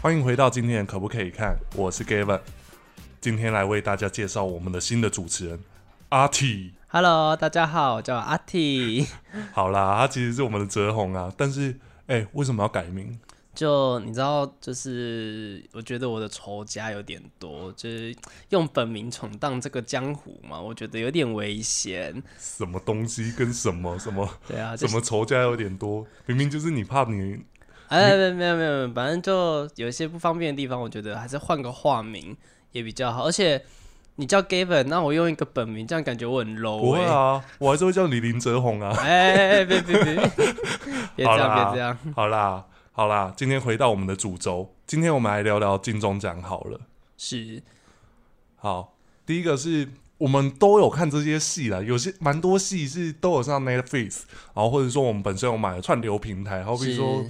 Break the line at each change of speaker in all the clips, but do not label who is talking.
欢迎回到今天的可不可以看？我是 Gavin，今天来为大家介绍我们的新的主持人阿 T。
Hello，大家好，我叫阿 T。
好啦，他其实是我们的哲宏啊，但是哎、为什么要改名？
就你知道，就是我觉得我的仇家有点多，就是用本名闯荡这个江湖嘛，我觉得有点危险。
什么东西跟什么什么
对啊，就
什
是
么仇家有点多，明明就是你怕你
哎，没有没有没有，反正就有一些不方便的地方，我觉得还是换个化名也比较好。而且你叫 Gavin，那我用一个本名，这样感觉我很
不
low
会
哎、
啊，我还是会叫你林哲宏啊。
哎哎，哎别别别，别这
好啦
样别这样，
好啦，好啦，今天回到我们的主轴，今天我们来聊聊金钟奖好了。
是
好，第一个是我们都有看这些戏啦，有些蛮多戏是都有上 Netflix，然后或者说我们本身有买串流平台，好比
是
说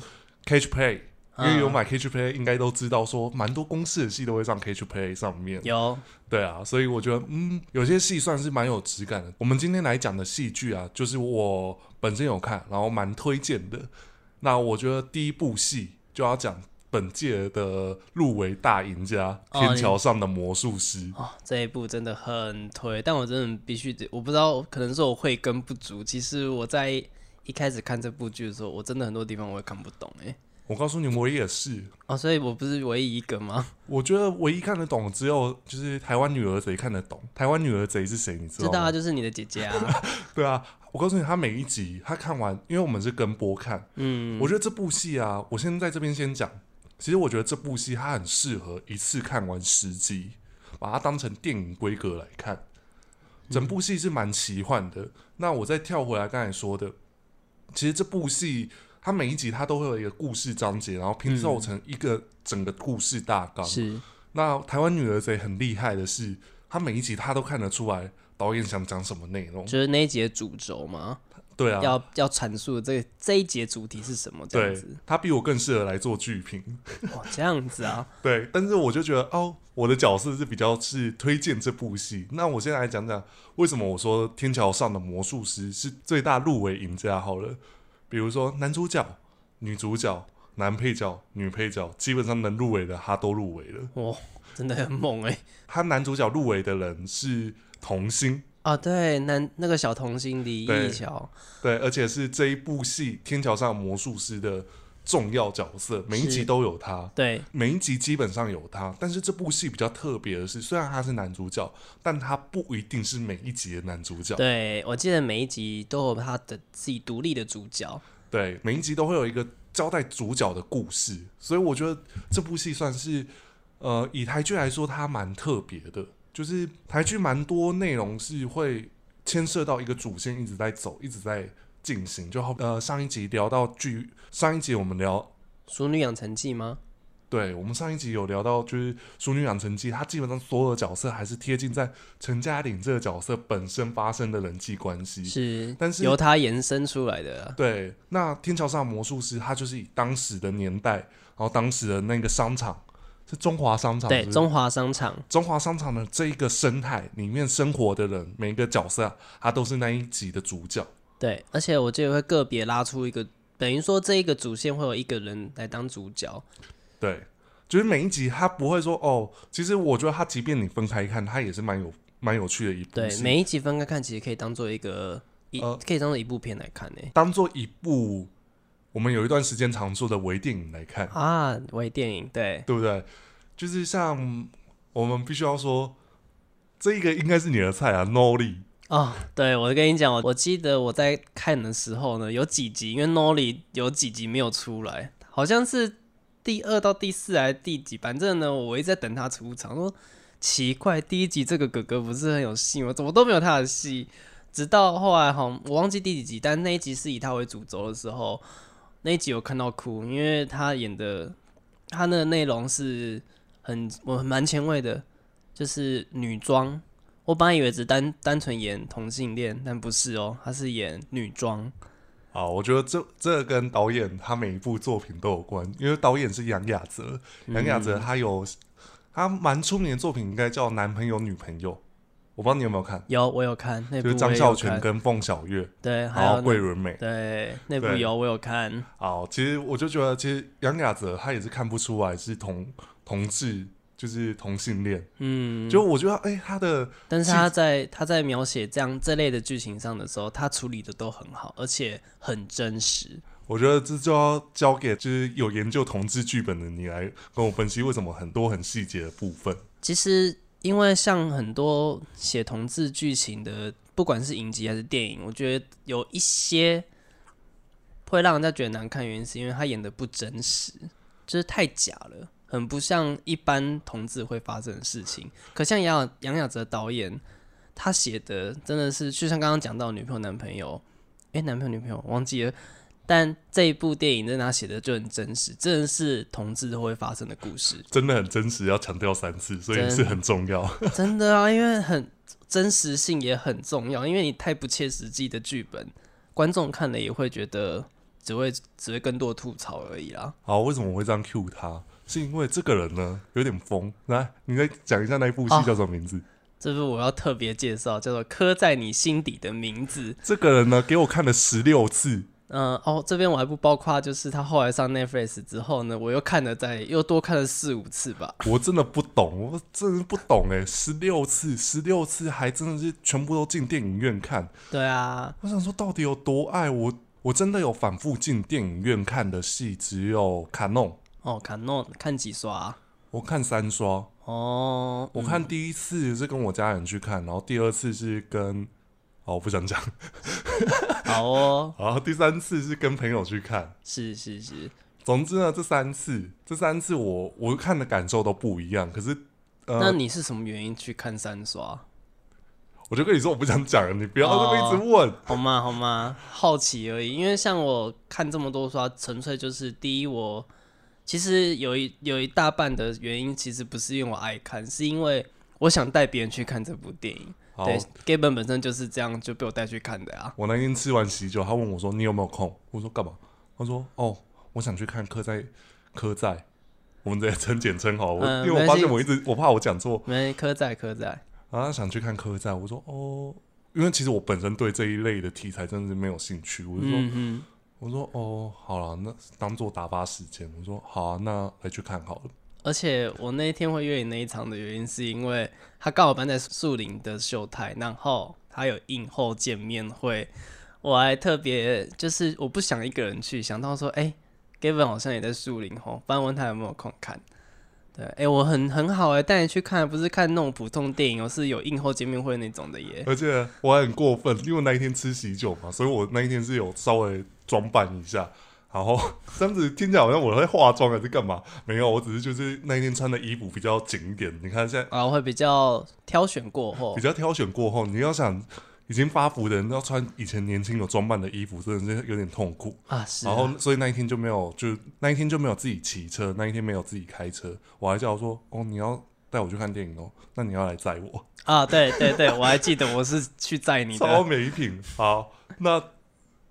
Catch Play，因为
嗯
有买 Catch Play 应该都知道说蛮多公司的戏都会上 Catch Play 上面。
有
对啊，所以我觉得，嗯，有些戏算是蛮有质感的。我们今天来讲的戏剧啊，就是我本身有看，然后蛮推荐的。那我觉得第一部戏就要讲本届的入围大赢家《
哦
天桥上的魔术师》
哦，这一部真的很推，但我真的必须得，我不知道，可能是我慧根不足。其实我在一开始看这部剧的时候，我真的很多地方我也看不懂哎、
我告诉你，我也是，
哦，所以我不是唯一一个吗？
我觉得唯一看得懂的只有就是台湾女儿贼看得懂。台湾女儿贼是谁？你知
知
道
道
吗？
啊，就是你的姐姐啊。
对啊，我告诉你，他每一集他看完，因为我们是跟播看，
嗯，
我觉得这部戏啊，我先在这边先讲。其实我觉得这部戏它很适合一次看完十集，把它当成电影规格来看。
嗯
整部戏是蛮奇幻的。那我再跳回来刚才说的，其实这部戏它每一集它都会有一个故事章节，然后拼凑成一个整个故事大纲。
是
那台湾女儿贼很厉害的是，她每一集她都看得出来导演想讲什么内容。
就是那一节主轴嘛，
对啊，
要要阐述这个这一节主题是什么这样
对
子。，
她比我更适合来做剧评。
哇，这样子啊，
对，但是我就觉得哦，我的角色是比较是推荐这部戏。那我先来讲讲为什么我说《天桥上的魔术师》是最大入围赢家好了。比如说男主角、女主角、男配角、女配角，基本上能入围的他都入围了。
哇，真的很猛哎、
他男主角入围的人是童星，
啊，对，那那个小童星李
对
易桥，
对，而且是这一部戏《天桥上的魔术师》的重要角色，每一集
是
都有他。
对，
每一集基本上有他，但是这部戏比较特别的是，虽然他是男主角，但他不一定是每一集的男主角。
对我记得每一集都有他的自己独立的主角。
对，每一集都会有一个交代主角的故事，所以我觉得这部戏算是，呃，以台剧来说，它蛮特别的，就是台剧蛮多内容是会牵涉到一个主线一直在走，一直在进行。就好，呃，上一集聊到剧，上一集我们聊
《熟女养成记》吗？
对，我们上一集有聊到，就是《淑女养成记》，它基本上所有的角色还是贴近在陈嘉玲这个角色本身发生的人际关系。
是，
但是
由它延伸出来的啊。
对，那《天桥上的魔术师》它就是以当时的年代，然后当时的那个商场是中华商场，
对，
是不是
中华商场
中华商场的这一个生态里面生活的人，每一个角色、啊，他都是那一集的主角。
对，而且我记得会个别拉出一个，等于说这一个主线会有一个人来当主角。
对，就是每一集他不会说哦，其实我觉得他即便你分开看，他也是蛮有蛮有趣的一部
对，
戏。啊
每一集分开看，其实可以当做一个一、
嗯呃
可以当做一部片来看欸呢。
当做一部我们有一段时间常做的微电影来看，
啊，微电影对，
对不对？就是像我们必须要说，这一个应该是你的菜啊，No 力。
哦，对我跟你讲，我我记得我在看的时候呢，有几集因为 Nolly 有几集没有出来，好像是第二到第四还是第几，反正呢，我一直在等他出场，说奇怪，第一集这个哥哥不是很有戏吗？怎么都没有他的戏？直到后来好像我忘记第几集，但那一集是以他为主轴的时候，那一集有看到哭，因为他演的他的内容是很我蛮前卫的，就是女装。我本来以为只单单纯演同性恋，但不是哦，他是演女装。
啊，我觉得这这跟导演他每一部作品都有关，因为导演是杨雅哲，
嗯
杨雅哲他有他蛮出名的作品应该叫《男朋友女朋友》，我不知道你有没有看，
有我有看那
就
部，
是
我
张
也
孝
哎有
全
看，
跟凤小岳，
对，还
然
有
后
那
桂纶镁。
对那部
对
有我有看，
哦，其实我就觉得，其实杨雅哲他也是看不出来是同同志，就是同性恋。
嗯，
就我觉得，哎、他的
但是
其
他在他在描写这样这类的剧情上的时候，他处理的都很好，而且很真实。
我觉得这就要交给就是有研究同志剧本的你来跟我分析为什么很多很细节的部分。
其实，因为像很多写同志剧情的，不管是影集还是电影，我觉得有一些会让人家觉得难看，原因是因为他演的不真实，就是太假了，很不像一般同志会发生的事情。可像杨雅杨雅哲导演，他写的真的是就像刚刚讲到女朋友男朋友，诶、男朋友女朋友忘记了。但这一部电影真的他写的就很真实，真的是同志会发生的故事。
真的很真实，要强调三次，所以
真
是很重要。
真的啊，因为很真实性也很重要，因为你太不切实际的剧本，观众看了也会觉得只会只会更多吐槽而已啦。
好，为什么我会这样 cue 他？是因为这个人呢有点疯。来，你再讲一下那一部戏
哦
叫什么名字？
这是我要特别介绍，叫做《刻在你心底的名字》。
这个人呢给我看了十六次，
嗯、哦，这边我还不包括，就是他后来上 Netflix 之后呢，我又看了在又多看了四五次吧。
我真的不懂，我真的是不懂哎、欸，十六次，十六次还真的是全部都进电影院看。
对啊，
我想说，到底有多爱我？我真的有反复进电影院看的戏，只有《卡弄》，
哦，看诺看几刷、啊？
我看三刷。
哦，
我看第一次是跟我家人去看，然后第二次是跟……哦，我不想讲。
好哦，
然后第三次是跟朋友去看。
是是是，
总之呢，这三次，这三次我我看的感受都不一样。可是，
那
呃，
你是什么原因去看三刷？
我就跟你说我不想讲了，你不要
哦
这么一直问。
好吗？好吗？好奇而已，因为像我看这么多刷，纯粹就是第一，我其实有一有一大半的原因，其实不是因为我爱看，是因为我想带别人去看这部电影。
好，
哦对，Gaben 本身就是这样就被我带去看的啊。
我那天吃完喜酒，他问我说：“你有没有空？”我说：“干嘛？”他说：“哦，我想去看刻在刻在，我们直接称简称好了，我、因
嗯
为我
没
发
关系
现我一直我怕我讲错
没科仔，科仔，
啊，想去看刻在。”我说：“哦，因为其实我本身对这一类的题材真的是没有兴趣。”我就说：“
嗯嗯，
我说哦，好了，那当做打发时间。”我说：“好啊，那来去看好了。
而且我那一天会约你那一场的原因，是因为他刚好搬在树林的秀台，然后他有映后见面会，我还特别就是我不想一个人去，想到说，哎、g a v i n 好像也在树林吼，不然问他有没有空看。对，哎、我很很好哎、带你去看，不是看那种普通电影哦，是有映后见面会那种的耶。
而且我还很过分，因为那一天吃喜酒嘛，所以我那一天是有稍微装扮一下。然后 这样子听起来好像我在化妆还是干嘛？没有，我只是就是那一天穿的衣服比较紧一点。你看现在
然啊后会比较挑选过后
比，较挑选过后，你要想已经发福的人要穿以前年轻有装扮的衣服，真的是有点痛苦。
啊，是啊
然后所以那一天就没有，就那一天就没有自己骑车，那一天没有自己开车。我还叫我说：“哦，你要带我去看电影哦，那你要来载我。”
啊，对对对，我还记得我是去载你
超
的，
没品。 好，那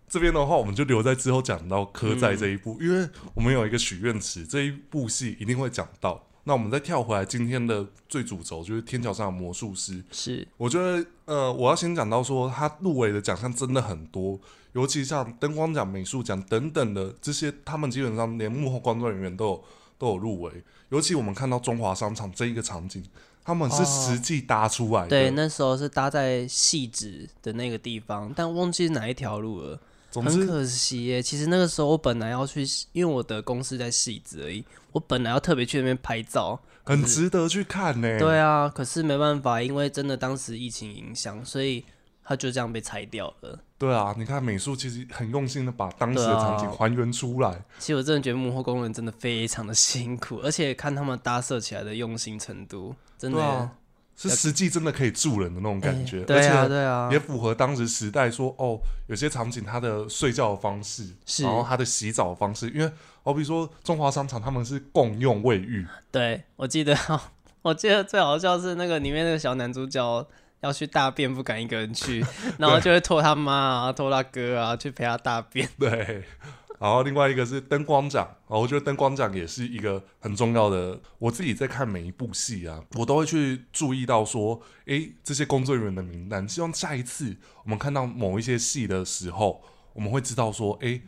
这边的话，我们就留在之后讲到科在这一部，
嗯
因为我们有一个许愿池，这一部戏一定会讲到。那我们再跳回来，今天的最主轴就是《天桥上的魔术师》。
是
我觉得，呃，我要先讲到说，他入围的奖项真的很多，尤其像灯光奖、美术奖等等的这些，他们基本上连幕后工作人员都有都有入围。尤其我们看到中华商场这一个场景，他们是
哦
实际搭出来的。
对，那时候是搭在细致的那个地方，但忘记哪一条路了，
总
很
之，
可惜耶。其实那个时候我本来要去，因为我的公司在细致而已，我本来要特别去那边拍照。
很值得去看呢、
对啊，可是没办法，因为真的当时疫情影响，所以它就这样被拆掉了。
对啊，你看美术其实很用心的把当时的场景
对啊
还原出来，
其实我真的觉得幕后工人真的非常的辛苦，而且看他们搭设起来的用心程度，真的
对啊是实际真的可以住人的那种感觉，
哎对啊，
而且
对啊
也，符合当时时代说哦，有些场景它的睡觉的方式，
是
然后它的洗澡的方式，因为好比说中华商场他们是共用卫浴，
对，我记得， 我记得最好笑是那个里面那个小男主角要去大便，不 敢一个人去，然后就会拖他妈啊，拖他哥啊去陪他大便。
对，然后另外一个是灯光奖，然后我觉得灯光奖也是一个很重要的。我自己在看每一部戏啊，我都会去注意到说，诶，这些工作人员的名单，希望下一次我们看到某一些戏的时候，我们会知道说，诶，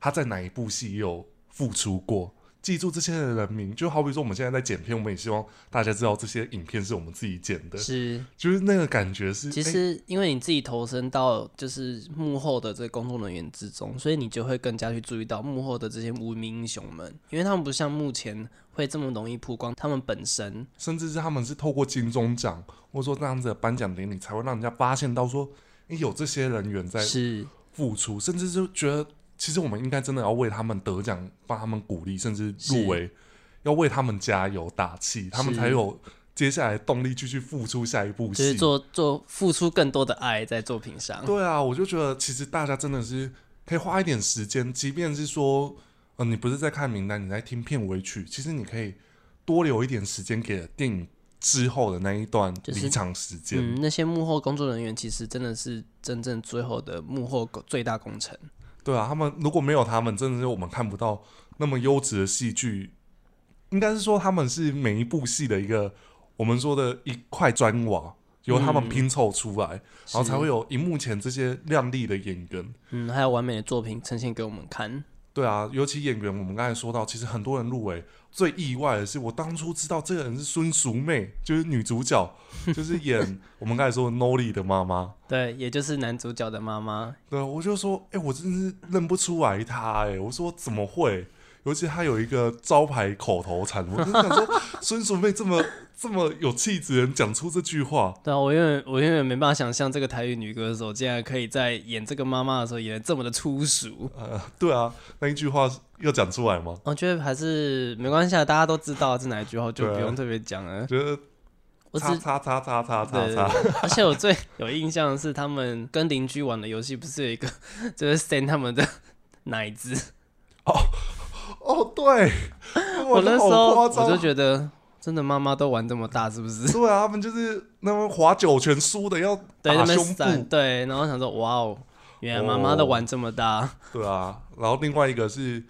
他在哪一部戏有付出过。记住这些人的名，就好比说我们现在在剪片，我们也希望大家知道这些影片是我们自己剪的，
是，
就是那个感觉是，
其
诶
实因为你自己投身到就是幕后的这工作人员之中，所以你就会更加去注意到幕后的这些无名英雄们，因为他们不像目前会这么容易曝光他们本身。
甚至是他们是透过金钟奖或者说那样子的颁奖典礼，才会让人家发现到说，诶，有这些人员在
是，
付出，甚至就觉得其实我们应该真的要为他们得奖，帮他们鼓励，甚至入围，要为他们加油打气，他们才有接下来动力继续付出下一部
就是
戏。
做做付出更多的爱在作品上。
对啊，我就觉得其实大家真的是可以花一点时间，即便是说，呃，你不是在看名单，你在听片尾曲，其实你可以多留一点时间给电影之后的那一段
就是
离场时间。
嗯，那些幕后工作人员其实真的是真正最后的幕后工最大工程。
对啊，他们如果没有他们，真的是我们看不到那么优质的戏剧。应该是说他们是每一部戏的一个我们说的一块砖瓦，由他们拼凑出来，然后才会
有
有荧幕前这些亮丽的演员。
嗯，还有完美的作品呈现给我们看。
对啊，尤其演员，我们刚才说到，其实很多人入围，最意外的是，我当初知道这个人是孙淑媚，就是女主角，就是 演我们刚才说的 Nolly 的妈妈。
对，也就是男主角的妈妈。
对，我就说，哎、我真是认不出来他、哎，我说怎么会？尤其他有一个招牌口头禅，我就想说，孙淑媚这么这么有气质的人讲出这句话，
对啊，我永远我永远没办法想象这个台语女歌手竟然可以在演这个妈妈的时候演的这么的粗俗。
呃，对啊，那一句话要讲出来吗？
我觉得还是没关系啊，大家都知道是哪一句话，就
对啊
不用特别讲了。
觉得
我只
叉叉叉叉叉叉
对对
叉，
对，而且我最有印象的是，他们跟邻居玩的游戏不是有一个， 就是扇他们的 奶子。
哦， 对，
我那时候
好
我
夸张啊
就觉得，真的妈妈都玩这么大，是 不是？
对啊，他们就是那么划九拳输的要
对，那
打
边
胸部，
闪，对，然后想说，哇哦，原来妈妈都玩这么大。
对啊，然后另外一个是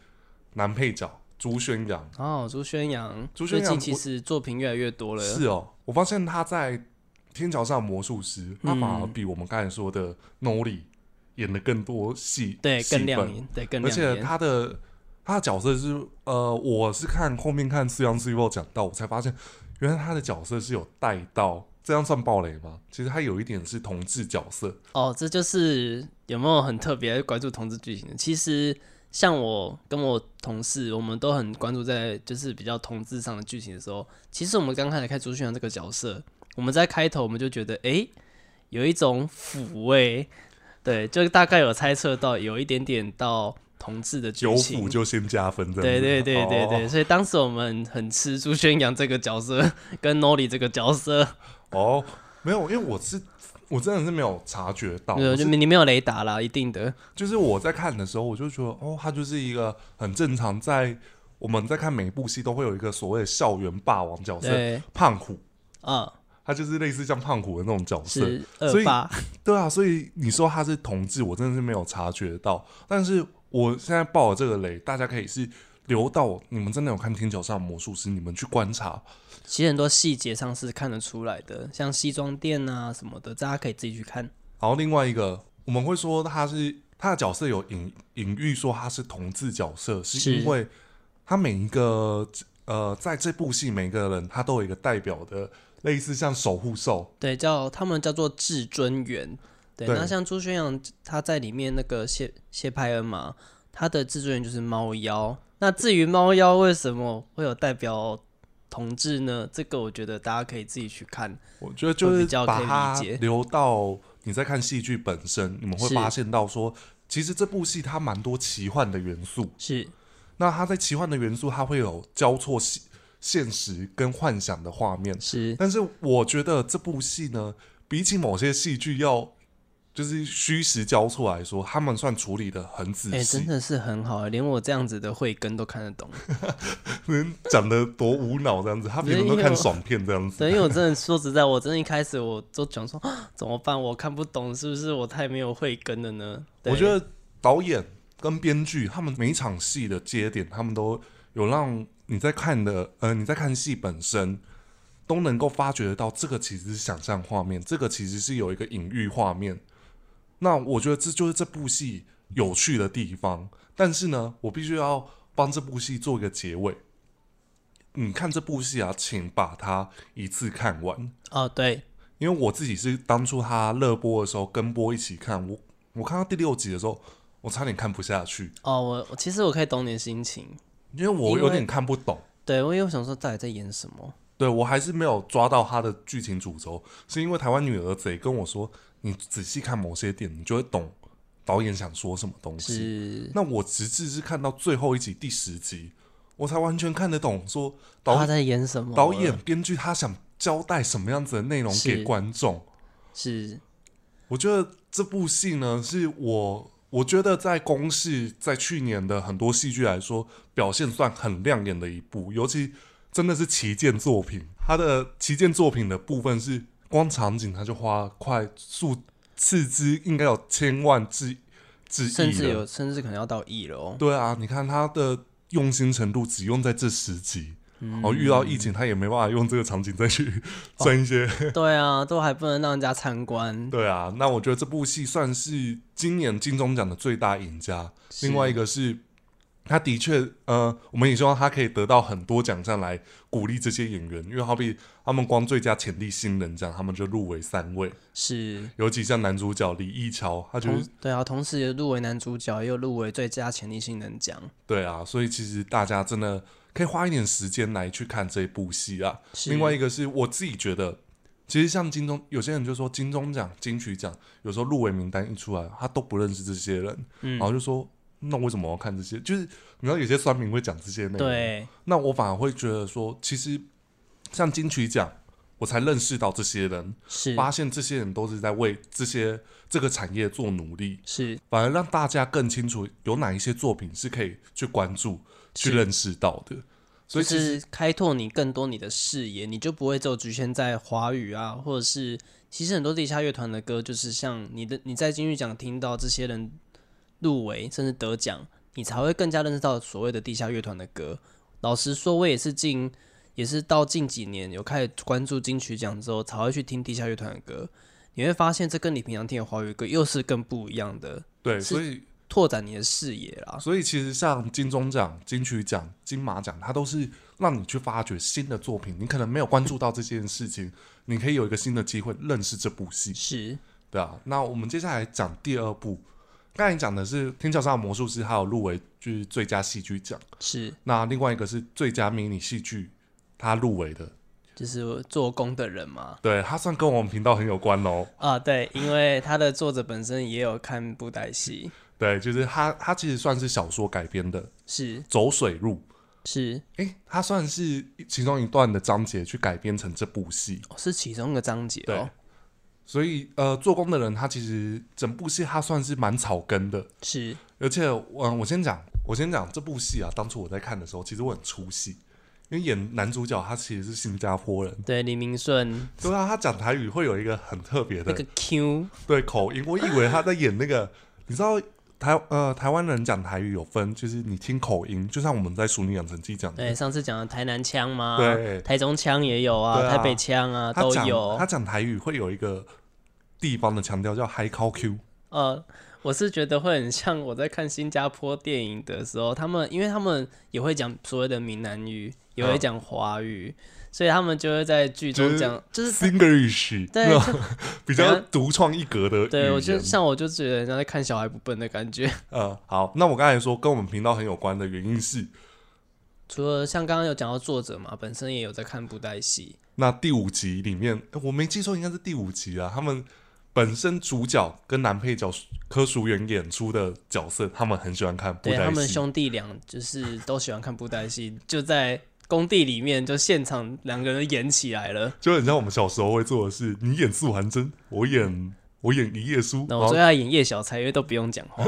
男配角朱宣阳，
哦，朱宣阳，
朱宣
最
阳
近其
我
实作品越来越多了。
是哦，我发现他在《天桥上的魔术师》，他反而
嗯
比我们刚才说的 Nori 演的更多戏，
对，
戏
更亮
份
眼，对，更
而
亮
且
眼。
他的他的角色是呃，我是看后面看四阳四肉讲到，我才发现原来他的角色是有带到，这样算暴雷吗？其实他有一点是同志角色，
哦，这就是有没有很特别关注同志剧情的？其实像我跟我同事，我们都很关注在就是比较同志上的剧情的时候，其实我们刚开始看朱宣阳这个角色，我们在开头我们就觉得，诶，有一种抚慰，对，就大概有猜测到有一点点到同志的剧
有
情
腐。就先加分这样子，
对对对对对，
哦
所以当时我们很吃朱宣阳这个角色跟 Nolly 这个角色，
哦，没有，因为我是我真的是没有察觉到，
对，
我
就是你没有雷达啦，一定的。
就是我在看的时候，我就觉得哦，他就是一个很正常，在我们在看每一部戏都会有一个所谓的校园霸王角色，
对
胖虎，
啊，
他就是类似像胖虎的那种角色。
是
所以
二八，
对啊，所以你说他是同志，我真的是没有察觉到。但是我现在爆了这个雷，大家可以是留到你们真的有看《天桥上的魔术师》，你们去观察。
其实很多细节上是看得出来的，像西装店啊什么的，大家可以自己去看。
然后另外一个，我们会说他是他的角色有隐隐喻说他是同志角色，是
是
因为他每一个呃，在这部戏每个人他都有一个代表的，类似像守护兽，
对，叫他们叫做至尊园。对，
对
那像朱宣阳他在里面那个谢谢派恩嘛，他的至尊园就是猫妖。那至于猫妖为什么会有代表同志呢？这个我觉得大家可以自己去看。
我觉得就
会
是
比较可以
把
理
它
解
留到你在看戏剧本身，你们会
是
发现到说，其实这部戏它蛮多奇幻的元素。
是
那它在奇幻的元素，它会有交错现现实跟幻想的画面。
是，
但是我觉得这部戏呢，比起某些戏剧要就是虚实交错来说，他们算处理的很仔
哎、
细
真，的是很好，啊连我这样子的慧根都看得懂。
能 讲的多无脑这样子。他平常
没
都
有
看爽片这样子，
对，因为我真的说实在，我真的一开始我都讲说啊怎么办，我看不懂，是不是我太没有慧根了呢？对
我觉得导演跟编剧他们每一场戏的接点，他们都有让你在看的，呃，你在看戏本身都能够发觉得到，这个其实是想象画面，这个其实是有一个隐喻画面。那我觉得这就是这部戏有趣的地方。但是呢，我必须要帮这部戏做一个结尾。你看这部戏啊，请把它一次看完。
哦，对，
因为我自己是当初他热播的时候跟播一起看，我我看到第六集的时候，我差点看不下去，
哦，我我其实我可以懂你的心情，
因为我有点看不懂，
对我有想说到底在演什么，
对我还是没有抓到他的剧情主轴，是因为台湾女儿贼跟我说，你仔细看某些点，你就会懂导演想说什么东西。
是
那我直至是看到最后一集第十集，我才完全看得懂，说导
他在演什么，
导演编剧他想交代什么样子的内容
是
给观众。
是
我觉得这部戏呢，是我我觉得在公视在去年的很多戏剧来说，表现算很亮眼的一部，尤其真的是旗舰作品。它的旗舰作品的部分是光场景，它就花快数斥资应该有千万至至
甚
亿
至
了。
有甚至可能要到一了哦，
对啊，你看它的用心程度只用在这十集。
嗯
然后遇到疫情，他也没办法用这个场景再去
哦
赚一些
对啊，都还不能让人家参观，
对啊，那我觉得这部戏算是今年金钟奖的最大赢家。
是
另外一个是，他的确，呃，我们也希望他可以得到很多奖项来鼓励这些演员，因为好比他们光最佳潜力新人奖，他们就入围三位，
是。
尤其像男主角李易桥，他就是、
同对啊，同时也入围男主角，也有入围最佳潜力新人奖。
对啊，所以其实大家真的可以花一点时间来去看这部戏啊。
是
另外一个是我自己觉得，其实像金钟，有些人就说金钟奖、金曲奖，有时候入围名单一出来，他都不认识这些人，
嗯
然后就说。那为什么要看这些？就是你知道有些酸民会讲这些内容，
对，
那我反而会觉得说，其实像金曲奖，我才认识到这些人，
是
发现这些人都是在为这些这个产业做努力，
是
反而让大家更清楚有哪一些作品是可以去关注、去
是
认识到的。所
就
以其实
是开拓你更多你的视野，你就不会只有局限在华语啊，或者是其实很多地下乐团的歌，就是像你的你在金曲奖听到这些人入围甚至得奖，你才会更加认识到所谓的地下乐团的歌。老实说，我也是近也是到近几年有开始关注金曲奖之后，才会去听地下乐团的歌。你会发现，这跟你平常听的华语歌又是更不一样的，
对，
是
所以
拓展你的视野啦。
啊所以其实像金钟奖、金曲奖、金马奖，它都是让你去发掘新的作品。你可能没有关注到这件事情，你可以有一个新的机会认识这部戏，
是
对啊。那我们接下来讲第二部，刚才讲的是《天桥上的魔术师》，还有入围就是最佳戏剧奖。
是，
那另外一个是最佳迷你戏剧，它入围的，
就是做工的人嘛。
对，它算跟我们频道很有关哦。
啊，对，因为他的作者本身也有看布袋戏，
对，就是它，它其实算是小说改编的《
是
走水路》。
是、
诶，它算是其中一段的章节去改编成这部戏，
哦是其中一个章节哦，
所以呃，做工的人他其实整部戏他算是蛮草根的，
是
而且嗯、我先讲，我先讲这部戏啊，当初我在看的时候，其实我很出戏，因为演男主角他其实是新加坡 人，
对李明顺
对啊，他讲台语会有一个很特别
那
的
个 Q
对口音，我以为他在演那个，你知道。台呃，台湾人讲台语有分，就是你听口音，就像我们在《熟女养成记》讲的，
对，上次讲的台南腔嘛，
对
台中腔也有啊，
对啊
台北腔啊
他
都
讲
有
他，讲台语会有一个地方的强调叫 high call Q，
呃，我是觉得会很像我在看新加坡电影的时候，他们因为他们也会讲所谓的闽南语，也
嗯
会讲华语，所以他们就会在剧
就
中
是
讲，就是
Singlish，
对
那
就
种 比较独创一格的
对我
语
就
言。
像我就觉得人家在看小孩不笨的感觉。
呃，好，那我刚才说跟我们频道很有关的原因是，
除了像刚刚有讲到作者嘛，本身也有在看布袋戏，
那第五集里面，诶我没记错，应该是第五集啊，他们本身主角跟男配角柯淑媛演出的角色，他们很喜欢看布
对他
袋
们
戏。
兄弟俩就是都喜欢看布袋戏，就在工地里面就现场两个人演起来了。
就很像我们小时候会做的事，你演素还真，我演我演一页书，
那
然
我
后
最爱演叶小钗，因为都不用讲话。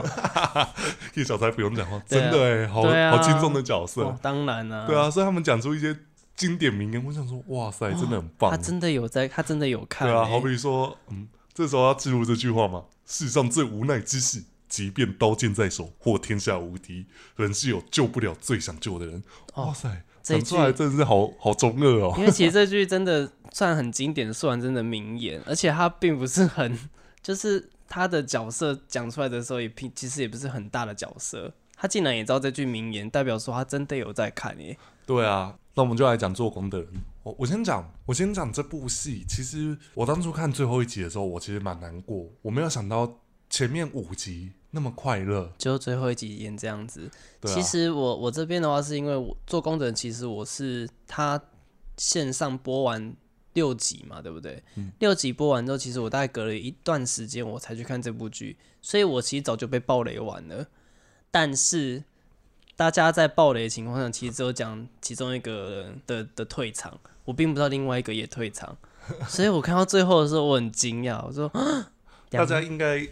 叶小钗不用讲话，
对啊
真的哎、好、
对啊
好轻松的角色。
哦，当然啦、
对啊，所以他们讲出一些经典名言，我想说，哇塞，真的很棒。
他真的有在，他真的有看、
对啊
欸。
啊，好比说，嗯，这时候要记录这句话嘛，世上最无奈之事，即便刀剑在手或天下无敌，人是有救不了最想救的人。哇塞，
哦这一
讲出
句
来真的是好好中二哦。
因为其实这句真的算很经典，算真的名言，而且他并不是 很，就是他的角色讲出来的时候也并其实也不是很大的角色，他竟然也知道这句名言，代表说他真的有在看欸耶。
对啊，那我们就来讲做工的人。我我先讲，我先讲这部戏。其实我当初看最后一集的时候，我其实蛮难过，我没有想到前面五集那么快乐。
就最后一集演这样子。
对啊，
其实我我这边的话，是因为我做工的人，其实我是他线上播完六集嘛，对不对？
嗯
六集播完之后，其实我大概隔了一段时间我才去看这部剧，所以我其实早就被暴雷完了。但是大家在暴雷的情况下，其实只有讲其中一个人的的退场，我并不知道另外一个也退场， 所以我看到最后的时候，我很惊讶，我说
大家应该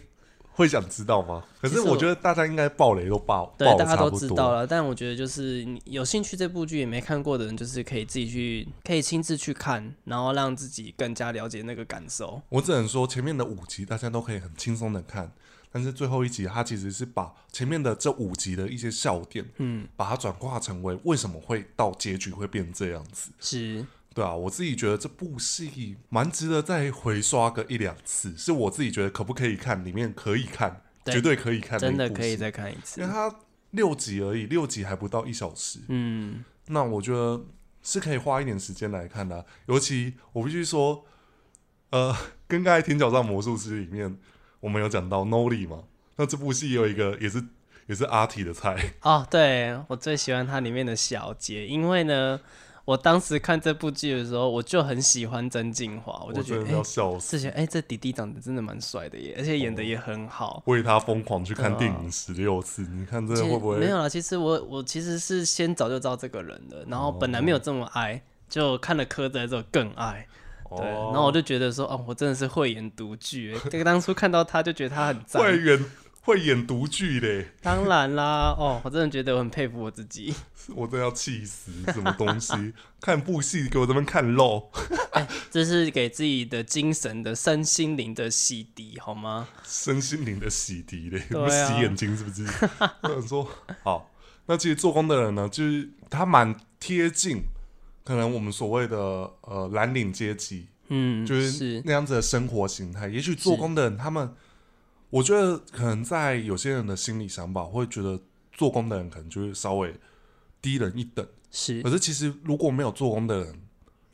会想知道吗？可
其
是
实我
我觉得大家应该爆雷都爆，
对
爆，
大
得
家
差
都
不
知
多
道了。但我觉得就是你有兴趣这部剧也没看过的人，就是可以自己去，可以亲自去看，然后让自己更加了解那个感受。
我只能说前面的五集大家都可以很轻松的看，但是最后一集它其实是把前面的这五集的一些笑点，嗯，把它转化成为为什么会到结局会变这样子。
是，
对啊，我自己觉得这部戏蛮值得再回刷个一两次，是我自己觉得可不可以看，里面可以看，
对
绝对可以看，
真的可以，再看一嗯次
因为。它六集而已，六集还不到一小时，
嗯，
那我觉得是可以花一点时间来看的啊、尤其我必须说，呃，跟刚才《天角上魔术师》里面我们有讲到 Nolly 嘛，那这部戏也有一个也是也是阿体的菜，
哦，对我最喜欢它里面的小杰，因为呢，我当时看这部剧的时候，我就很喜欢曾静华，我
我
就觉
真的
得哎
是要，笑死，
之前哎，这弟弟长得真的蛮帅的耶，而且演
哦
的也很好。
为他疯狂去看
对
电
啊
影十六次，你看真
其
的
实
会不
没
会？
有啦，其实我我其实是先早就知道这个人的，然后本来没
哦
有这么爱，就看了柯泽之后更爱。
哦
对，然后我就觉得说，哦，我真的是慧眼独具欸。这个当初看到他就觉得他很赞。
会演会演独剧嘞，
当然啦，哦，我真的觉得我很佩服我自己。
我真的要气死！什么东西？ 看部戏给我这边看肉，
这是给自己的精神的、身心灵的洗涤，好吗？
身心灵的洗涤嘞，
对啊
不是洗眼睛是不 是？我想说，好，那其实做工的人呢，就是他蛮贴近，可能我们所谓的呃蓝领阶级，
嗯，
就是那样子的生活形态。也许做工的人，他们，我觉得可能在有些人的心理想法，会觉得做工的人可能就是稍微低人一等。
是
可是其实如果没有做工的人，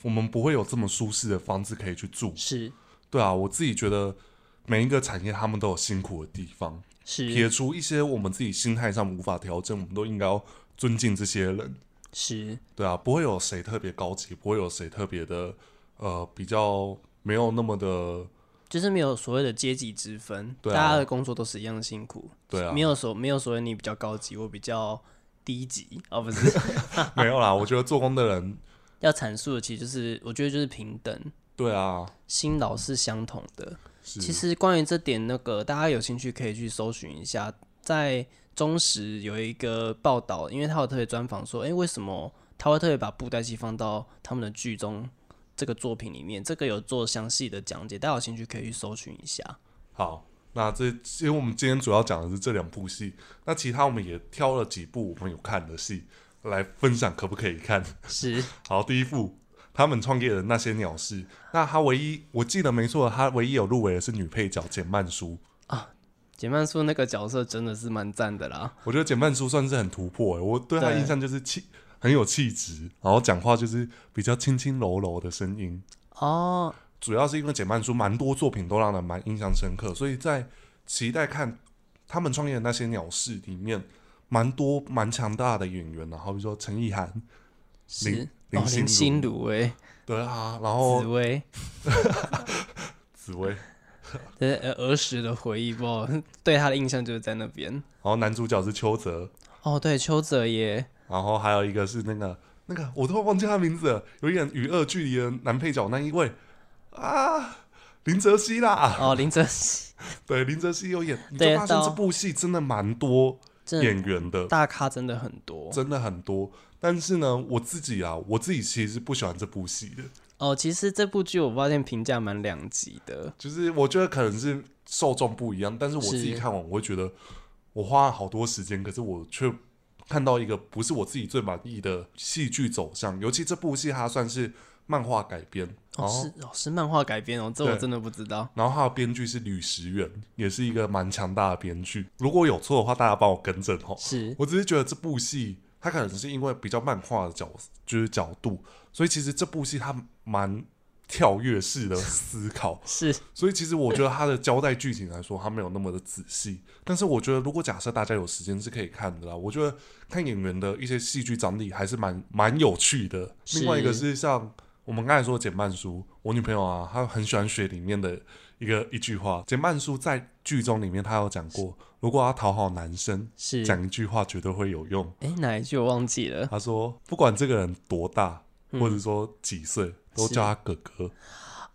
我们不会有这么舒适的房子可以去住。
是
对啊，我自己觉得每一个产业他们都有辛苦的地方，
是
撇除一些我们自己心态上无法调整，我们都应该要尊敬这些人。
是，
对啊，不会有谁特别高级，不会有谁特别的呃比较没有那么的
就是没有所谓的阶级之分，
对啊
大家的工作都是一样的辛苦。
对啊，
没有所没有所谓你比较高级，我比较低级哦，不是
没有啦。我觉得做工的人，
要阐述的，其实就是我觉得就是平等，
对啊，
辛劳是相同的。
是
其实关于这点，那个大家有兴趣可以去搜寻一下，在中时有一个报道，因为他有特别专访说，诶，为什么他会特别把布袋戏放到他们的剧中这个作品里面？这个有做详细的讲解，大家有兴趣可以去搜寻一下。
好。那这其实我们今天主要讲的是这两部戏，那其他我们也挑了几部我们有看的戏来分享，可不可以看？
是
好，第一部他们创业的那些鸟事，那他唯一我记得没错，他唯一有入围的是女配角简曼书。
简曼书那个角色真的是蛮赞的啦，
我觉得简曼书算是很突破、欸，我对她
对
印象就是气很有气质，然后讲话就是比较轻轻柔柔的声音。
哦，
主要是因为简曼书蛮多作品都让人蛮印象深刻，所以在期待看他们创业的那些鸟事里面，蛮多蛮强大的演员啊，好比说陈意涵，
是
林
哦，林
心
心如哎，
对啊，然
紫
后
薇，
紫薇，
这是呃儿时的回忆，不知道对他的印象就是在那边。
然后男主角是邱泽，
哦，对，邱泽也
然后还有一个是那个那个，我都忘记他名字了，有演《与恶距离》的男配角那一位啊，林哲熙啦，
哦，林哲熙，
对，林哲熙有演，你
对
就发现
到
这部戏真的蛮多
真
演
的
员的，
大咖真的很多
真的很多。但是呢，我自己啊，我自己其实是不喜欢这部戏的，
哦，其实这部剧我发现评价蛮两极的，
就是我觉得可能是受众不一样，但是我自己
是
看完，我会觉得我花了好多时间，可是我却看到一个不是我自己最满意的戏剧走向。尤其这部戏它算是漫画改编，然
哦
后、
是哦是漫画改编哦，这我
对
真的不知道。
然后它的编剧是吕石原，也是一个蛮强大的编剧。如果有错的话，大家帮我更正哦。
是
我只是觉得这部戏，它可能是因为比较漫画的角，就是角度，所以其实这部戏它蛮跳跃式的思考，
是
所以其实我觉得它的交代剧情来说，它没有那么的仔细。但是我觉得，如果假设大家有时间是可以看的啦，我觉得看演员的一些戏剧张力还是蛮蛮有趣的。
是
另外一个是像我们刚才说的简曼书，我女朋友啊，她很喜欢学里面的一个一句话。简曼书在剧中里面，她有讲过，如果要讨好男生，
是，
讲一句话绝对会有用。
哎、哪一句我忘记了？
她说，不管这个人多大，或者说几岁，都
嗯是
叫他哥哥。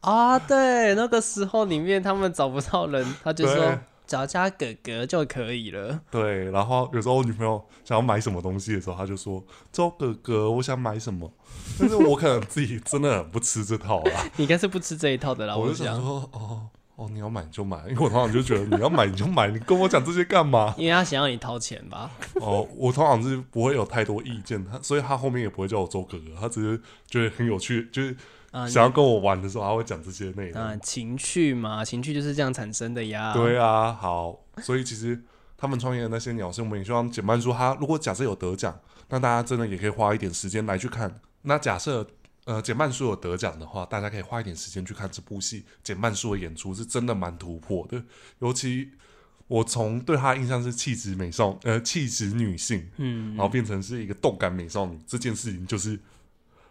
啊，对，那个时候里面他们找不到人，他就
对
说找家哥哥就可以了。
对，然后有时候我女朋友想要买什么东西的时候，她就说：“周哥哥，我想买什么。”但是我可能自己真的很不吃这套啦，
你应该是不吃这一套的啦，
啊我
我
就想
想，
说：“哦哦，你要买你就买，因为我通常就觉得你要买你就买，你跟我讲这些干嘛
因为他想要你掏钱吧。？”
哦，我通常是不会有太多意见，他所以他后面也不会叫我周哥哥，他只是觉得很有趣，就是
啊，
想要跟我玩的时候，他会讲这些内容。
啊，情趣嘛，情趣就是这样产生的呀。，
对啊，好，所以其实他们创业的那些鸟事，我们也希望减半说，他如果假设有得奖，那大家真的也可以花一点时间来去看。那假设呃减半书有得奖的话，大家可以花一点时间去看这部戏。减半书的演出是真的蛮突破的，尤其我从对他的印象是气质美少呃气质女性，呃
嗯，
然后变成是一个动感美少女，这件事情就是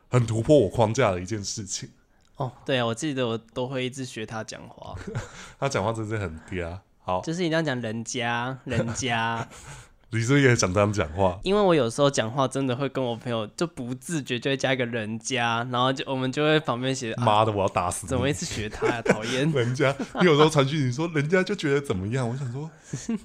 很突破我框架的一件事情。
哦，对啊，我记得我都会一直学他讲话，
他讲话真是很嗲。好，
就是一定要讲人家，人家，
李志也想这样讲话，
因为我有时候讲话真的会跟我朋友就不自觉就会加一个人家，然后就我们就会旁边写啊，
妈的，我要打死你！。
怎么一直学他呀、讨厌
人家，你有时候传讯你说人家就觉得怎么样，我想说，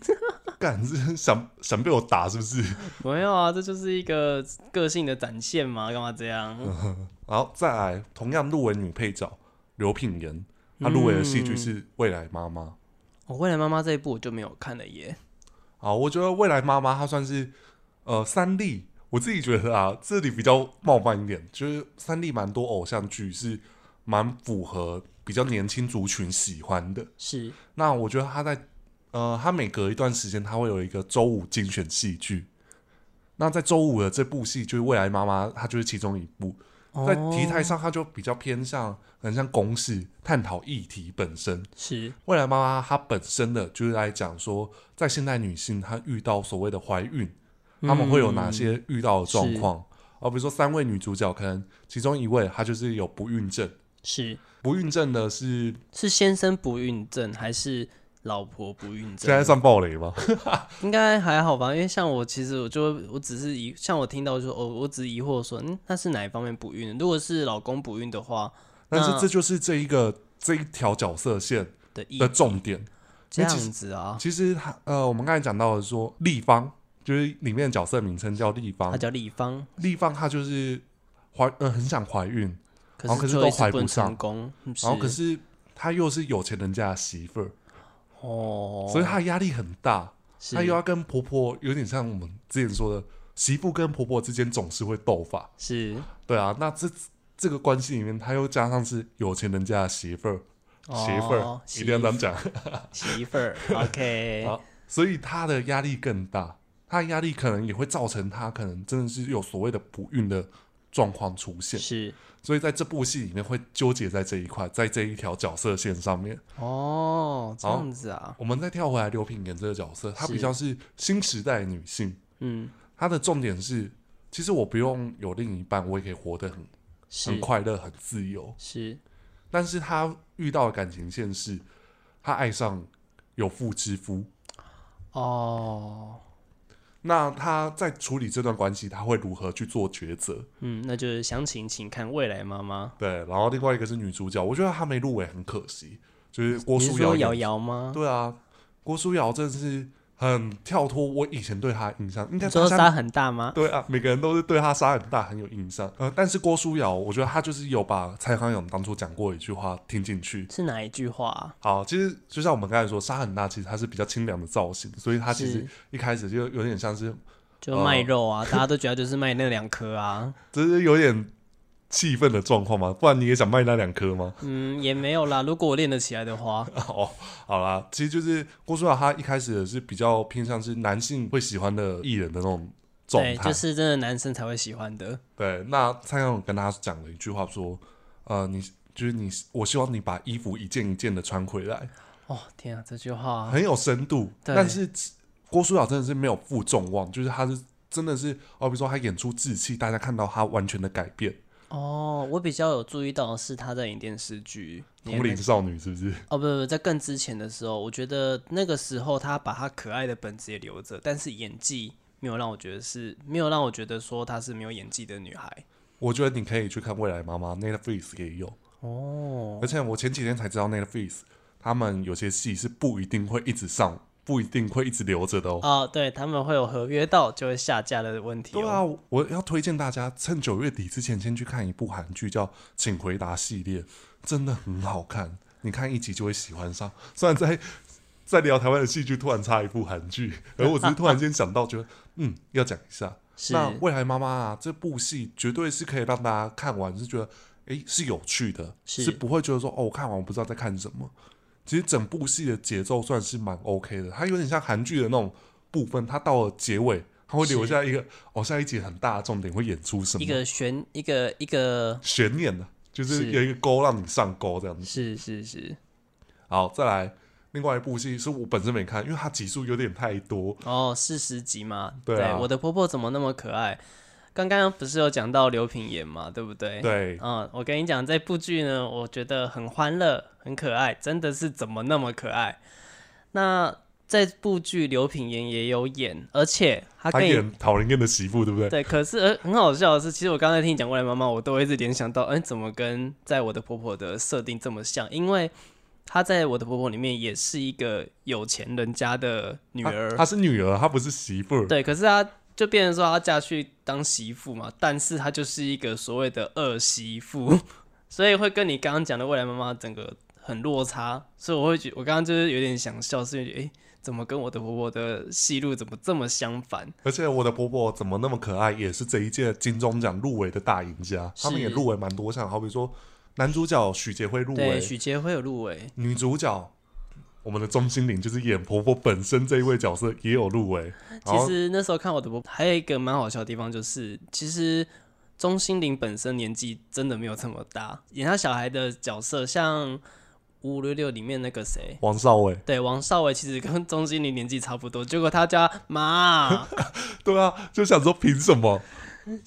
干是想想被我打是不是？
没有啊，这就是一个个性的展现嘛，干嘛这样？
嗯然后再来，同样入围女配角刘品言，
嗯
她入围的戏剧是《未来妈妈》
我未来妈妈这一部我就没有看了耶。
啊，我觉得《未来妈妈》她算是呃三立，我自己觉得啊，这里比较冒犯一点，就是三立蛮多偶像剧是蛮符合比较年轻族群喜欢的。
是
那我觉得他在呃，他每隔一段时间他会有一个周五精选戏剧。那在周五的这部戏就是《未来妈妈》，它就是其中一部。在题材上，它就比较偏向很像公式，探讨议题本身。
是
未来妈妈她本身的就是来讲说，在现代女性她遇到所谓的怀孕，她们会有哪些遇到的状况？而、比如说三位女主角，可能其中一位她就是有不孕症，
是
不孕症呢是
是先生不孕症还是老婆不孕
现在
症？
算暴雷吗？
应该还好吧，因为像我其实我就我只是疑，像我听到就哦，我只疑惑说，嗯，那是哪一方面不孕？如果是老公不孕的话
但是
那
这就是这一个这一条角色线
的意
的重点。
这样
其实
子啊，
其实他呃，我们刚才讲到的说立方，就是里面的角色名称叫立
他
方。
叫立方，
立方她就是怀呃很想怀孕，然
可
哦后可是
就
都
一直
怀
不
不
能成
上
功，
然后可是她又是有钱人家的媳妇儿，
哦，
所以她的压力很大。
是
她又要跟婆婆有点像我们之前说的，媳妇跟婆婆之间总是会斗法。
是
对啊，那这这个关系里面，她又加上是有钱人家的媳妇儿，媳妇儿
哦
一定要这样讲。
媳 妇儿，OK，
好所以他的压力更大，他的压力可能也会造成他可能真的是有所谓的不孕的状况出现，
是
所以在这部戏里面会纠结在这一块，在这一条角色线上面。
哦，这
好
样子啊，
我们再跳回来，刘品言这个角色，她
是
比较是新时代的女性，
嗯，
她的重点是，其实我不用有另一半，我也可以活得很
是
很快乐、很自由。
是
但是她遇到的感情线是，她爱上有妇之夫，
哦，
那她在处理这段关系，她会如何去做抉择？
嗯，那就是详情请看未来妈妈。
对，然后另外一个是女主角，我觉得她没入围很可惜，就是郭
你是
书瑶
说瑶
演。
瑶吗？
对啊，郭书瑶真的是很跳脱我以前对他的印象，应该
你
大
说
家
沙很大吗？
对啊，每个人都是对他杀很大很有印象。呃，但是郭书瑶，我觉得他就是有把蔡康永当初讲过一句话听进去。
是哪一句话啊、
好，其实就像我们刚才说，沙很大其实他是比较清凉的造型，所以他其实
是
一开始就有点像是，
就卖肉啊，大家都觉得就是卖那两颗啊，
只是有点气愤的状况嘛。不然你也想卖那两颗吗？
嗯，也没有啦。如果我练得起来的话，
哦，好啦，其实就是郭书瑶，他一开始也是比较偏向是男性会喜欢的艺人的那种状态
对，，就是真的男生才会喜欢的。
对，那蔡康永跟他讲了一句话说：“呃，你就是你，我希望你把衣服一件一件的穿回来，
哦，天啊，这句话
很有深度。”
对
但是郭书瑶真的是没有负众望，就是他是真的是，哦，比如说他演出志气，大家看到他完全的改变。
哦，我比较有注意到的是他在演电视剧里
同
面
龄少女是不是？
哦，不不，在更之前的时候，我觉得那个时候他把他可爱的本质也留着，但是演技没有让我觉得是没有让我觉得说她是没有演技的女孩。
我觉得你可以去看《未来妈妈》，Netflix 也有。
哦，
而且我前几天才知道 Netflix 他们有些戏是不一定会一直上，不一定会一直留着的哦。
啊，对他们会有合约到就会下架的问题、哦。
对啊，我我要推荐大家趁九月底之前先去看一部韩剧，叫《请回答》系列，真的很好看。你看一集就会喜欢上。虽然在在聊台湾的戏剧，突然插一部韩 剧，而我只是突然间想到，觉得嗯要讲一下。
是
那《未来妈妈》啊，这部戏绝对是可以让大家看完是觉得诶是有趣的，
是
不会觉得说哦我看完我不知道在看什么。其实整部戏的节奏算是蛮 OK 的，它有点像韩剧的那种部分，它到了结尾，它会留
是
下一个哦，下一集很大的重点会演出什
一
么
个悬一个一个
悬念呢、就是
是
有一个钩让你上钩这样子。
是是是
好，再来另外一部戏是我本身没看，因为它集数有点太多，
哦，四十集嘛。
对啊
我的婆婆怎么那么可爱？刚刚不是有讲到刘品言嘛，对不对？
对，
嗯，我跟你讲，这部剧呢，我觉得很欢乐，很可爱，真的是怎么那么可爱？那这部剧刘品言也有演，而且他
他
跟你
演讨人厌的媳妇，对不对？
对，可是呃很好笑的是，其实我刚才听你讲《未来妈妈》，我都会一直联想到，哎、怎么跟在我的婆婆的设定这么像？因为她在我的婆婆里面也是一个有钱人家的女
她
儿，
她是女儿，她不是媳妇儿。
对，可是她就变成说她嫁去当媳妇嘛，但是她就是一个所谓的二媳妇， 所以会跟你刚刚讲的未来妈妈整个很落差，所以我会觉我刚刚就是有点想笑，是因为觉得哎、怎么跟我的婆婆的戏路怎么这么相反？
而且我的婆婆怎么那么可爱，也是这一届金钟奖入围的大赢家，
是
他们也入围蛮多项，好比说男主角许杰辉入
对，
围，
许杰辉有入围，
女主角我们的钟欣凌就是演婆婆本身这一位角色也有入围，然
其
后
实那时候看我的播，还有一个蛮好笑的地方就是，其实钟欣凌本身年纪真的没有这么大，演她小孩的角色，像《五五六六》里面那个谁，
王少伟，
对，王少伟其实跟钟欣凌年纪差不多，结果他叫她 妈，
对啊，就想说凭什么？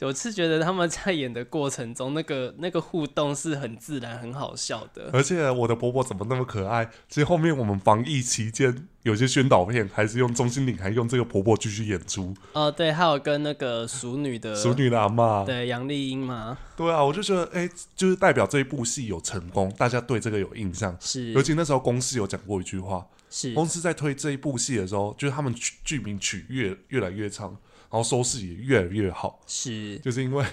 我是觉得他们在演的过程中，那个那个互动是很自然、很好笑的。
而且我的婆婆怎么那么可爱？其实后面我们防疫期间有些宣导片还是用钟欣凌，还用这个婆婆继续演出
哦、对，还有跟那个熟女的
熟女的阿嬷。
呃对杨丽英嘛，
对啊，我就觉得哎、就是代表这一部戏有成功，大家对这个有印象。
是
尤其那时候公司有讲哦过一句话，
是
公司在推这一部戏的时候，就是他们取剧名取越越来越长，然后收视也越来越好，
是
就是因为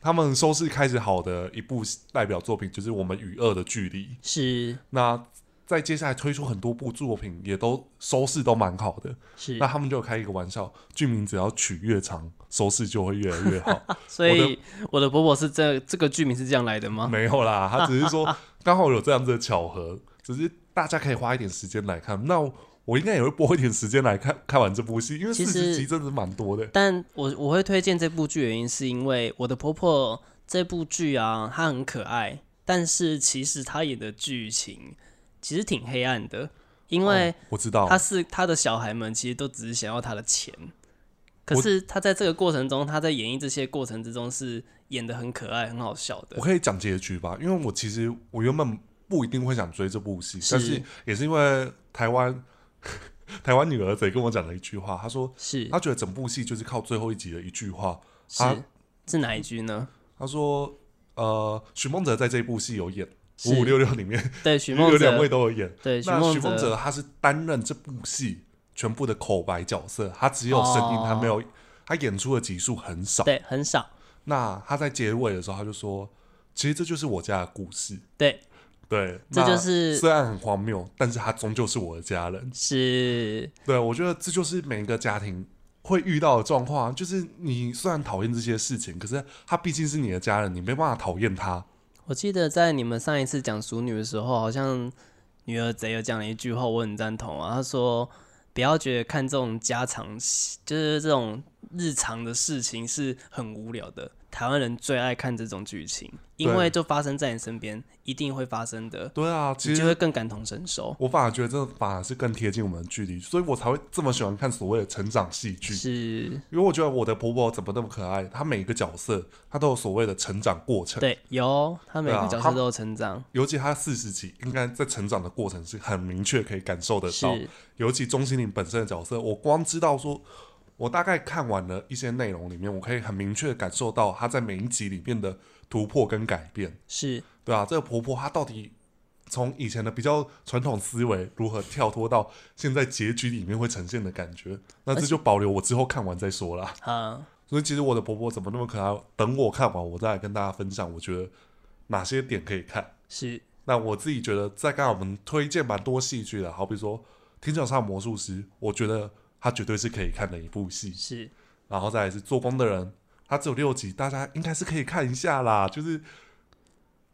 他们收视开始好的一部代表作品就是我们《与恶的距离》，
是
那在接下来推出很多部作品也都收视都蛮好的，
是
那，他们就有开一个玩笑，剧名只要取越长，收视就会越来越好。
所以我的婆婆是这这个剧名是这样来的吗？
没有啦，他只是 说刚好有这样子的巧合，只是大家可以花一点时间来看。那我应该也会拨一点时间来看看完这部戏，因为四十
其实
集真的蛮多的。
但我我会推荐这部剧，原因是因为我的婆婆这部剧啊，她很可爱，但是其实她演的剧情其实挺黑暗的，因为
哦我知道
她，是她的小孩们其实都只是想要她的钱，可
我
是她在这个过程中，她在演绎这些过程之中是演的很可爱、很好笑的
我。可以讲结局吧，因为我其实我原本不一定会想追这部戏，
是
但是也是因为台湾 台湾女儿贼跟我讲了一句话，她说
是
她觉得整部戏就是靠最后一集的一句话，啊
是是哪一句呢？
她说呃，许梦哲在这部戏有演
是
五五六六里面
对，许
有
梦
两位
泽，
都有演。
对，许
那
梦
徐峰
泽
哲他是担任这部戏全部的口白角色，他只有声音，
哦
他没有他演出的集数很少。
对，很少，
那他在结尾的时候，他就说：“其实这就是我家的故事。
对，”
对，
这
那
就是
虽然很荒谬，但是他终究是我的家人。
是，
对，我觉得这就是每一个家庭会遇到的状况，啊就是你虽然讨厌这些事情，可是他毕竟是你的家人，你没办法讨厌他。
我记得在你们上一次讲熟女的时候，好像女儿贼有讲了一句话，我很赞同啊。她说：“不要觉得看这种家常戏，就是这种日常的事情是很无聊的。台湾人最爱看这种剧情，因
对
为就发生在你身边，一定会发生的，
对啊，
你
其
就
实
会更感同身受。
我反而觉得这反而是更贴近我们的距离，所以我才会这么喜欢看所谓的成长戏剧。
是，
因为我觉得我的婆婆怎么那么可爱，她每一个角色她都有所谓的成长过程，
对，有他每
对
个
啊
角
他
色都有成长，
尤其她四十几，应该在成长的过程是很明确可以感受得到。
是
尤其钟欣凌本身的角色，我光知道说，我大概看完了一些内容里面，我可以很明确地感受到她在每一集里面的突破跟改变，
是，
对啊，这个婆婆她到底从以前的比较传统思维如何跳脱到现在结局里面会呈现的感觉，那这就保留我之后看完再说啦。
啊，
所以其实我的婆婆怎么那么可爱？等我看完，我再来跟大家分享，我觉得哪些点可以看。
是
那我自己觉得，在刚才我们推荐蛮多戏剧的，好比说《天桥上的魔术师》，我觉得它绝对是可以看的一部戏。
是，
然后再来是《做工的人》，它只有六集，大家应该是可以看一下啦。就是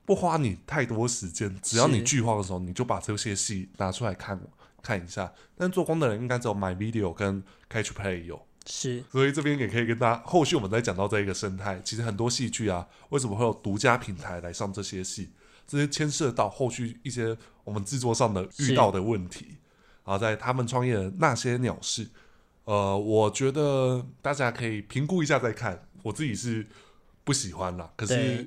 不花你太多时间，只要你
是
剧荒的时候，你就把这些戏拿出来看看一下。但《做工的人》应该只有 My Video 跟 Catch Play 有。
是，
所以这边也可以跟大家，后续我们再讲到这一个生态，其实很多戏剧啊，为什么会有独家平台来上这些戏，这些牵涉到后续一些我们制作上的遇到的问题，然后在他们创业的那些鸟事，呃，我觉得大家可以评估一下再看，我自己是不喜欢啦，可是
对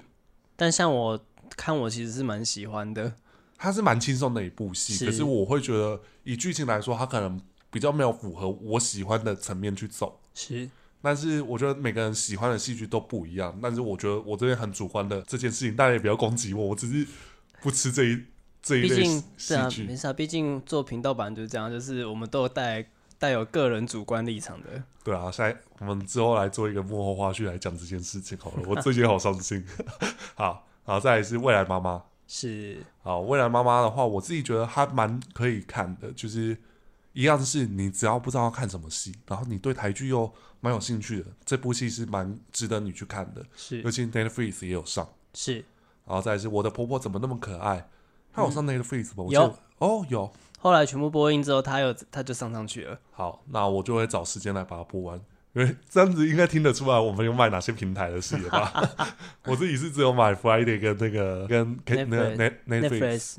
但像我看，我其实是蛮喜欢的，
它是蛮轻松的一部戏，
是
可是我会觉得以剧情来说，它可能比较没有符合我喜欢的层面去走。
是。
但 是我觉得每个人喜欢的戏剧都不一样。但是我觉得我这边很主观的这件事情，大家也不要攻击我，我只是不吃这 一这一
毕
类
竟是
戏
啊，
剧。
没事啊，毕竟做频道版就是这样，就是我们都有带带有个人主观立场的。
对啊，现在我们之后来做一个幕后花絮来讲这件事情好了。我最近好伤心。 好，然后再来是未来妈妈。
是
好，未来妈妈的话，我自己觉得还蛮可以看的，就是一样是你只要不知道要看什么戏，然后你对台剧又蛮有兴趣的，这部戏是蛮值得你去看的，尤
是
其 Netflix 也有上。
是，
然后再来是我的婆婆怎么那么可爱？她有上 Netflix 吗？我记
有
得哦，有。
后来全部播映之后，他有他就上上去了。
好，那我就会找时间来把它播完，因为这样子应该听得出来我们有买哪些平台的戏了吧？ 我自己是只有买 Friday 跟那个跟 K- 那个 Net- Netflix，
Netflix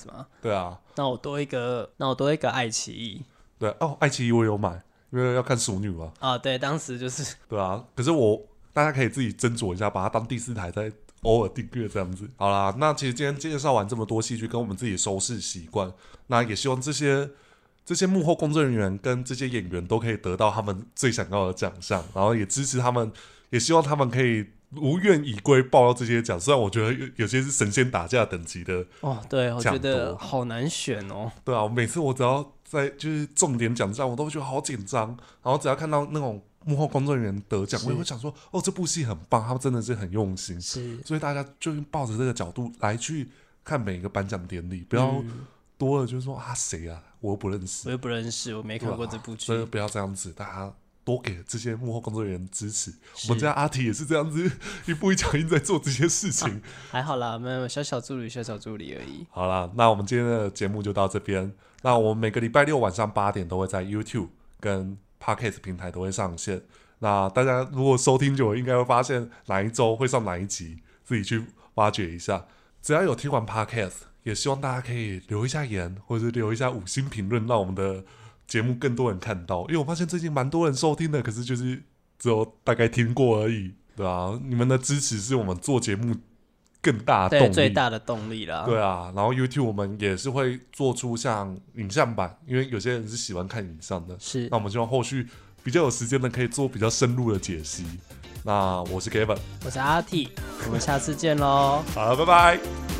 Netflix 嘛，
对啊，
那我多一个，那我多一个爱奇艺
对哦，爱奇艺我有买，因为要看熟女嘛，
啊。对，当时就是
对啊。可是我大家可以自己斟酌一下，把它当第四台再偶尔订阅这样子。好啦，那其实今天介绍完这么多戏剧跟我们自己的收视习惯，那也希望这些这些幕后工作人员跟这些演员都可以得到他们最想要的奖项，然后也支持他们，也希望他们可以如愿以归报到这些奖。虽然我觉得有有些是神仙打架等级的，
哦，对我觉
抢
得
夺
好难选哦。
对啊，我每次我只要在就是重点奖项，我都会觉得好紧张，然后只要看到那种幕后工作人员得奖，
是
我也会想说，哦，这部戏很棒，他们真的是很用心。
是，
所以大家就抱着这个角度来去看每一个颁奖典礼，不要
嗯
多了就是说啊谁啊，我又不认识
我，又不认识，我没
对
看
吧
过这部剧
所以。不要这样子，大家多给这些幕后工作人员支持。
是
我们家阿提也是这样子，一步一脚印在做这些事情。
还好啦，没有小小助理，小小助理而已。
好啦，那我们今天的节目就到这边。那我们每个礼拜六晚上八点都会在 YouTube 跟 Podcast 平台都会上线。那大家如果收听久了，应该会发现哪一周会上哪一集，自己去挖掘一下。只要有听完 Podcast，也希望大家可以留一下言，或者是留一下五星评论，让我们的节目更多人看到。因为我发现最近蛮多人收听的，可是就是只有大概听过而已，对啊，你们的支持是我们做节目更大啊的动
对，
力，
最大的动力啦。
对啊，然后 YouTube 我们也是会做出像影像版，因为有些人是喜欢看影像的。
是
那，我们希望后续比较有时间的可以做比较深入的解析。那我是 Gavin，
我是阿 T，我们下次见喽。
好了，拜拜。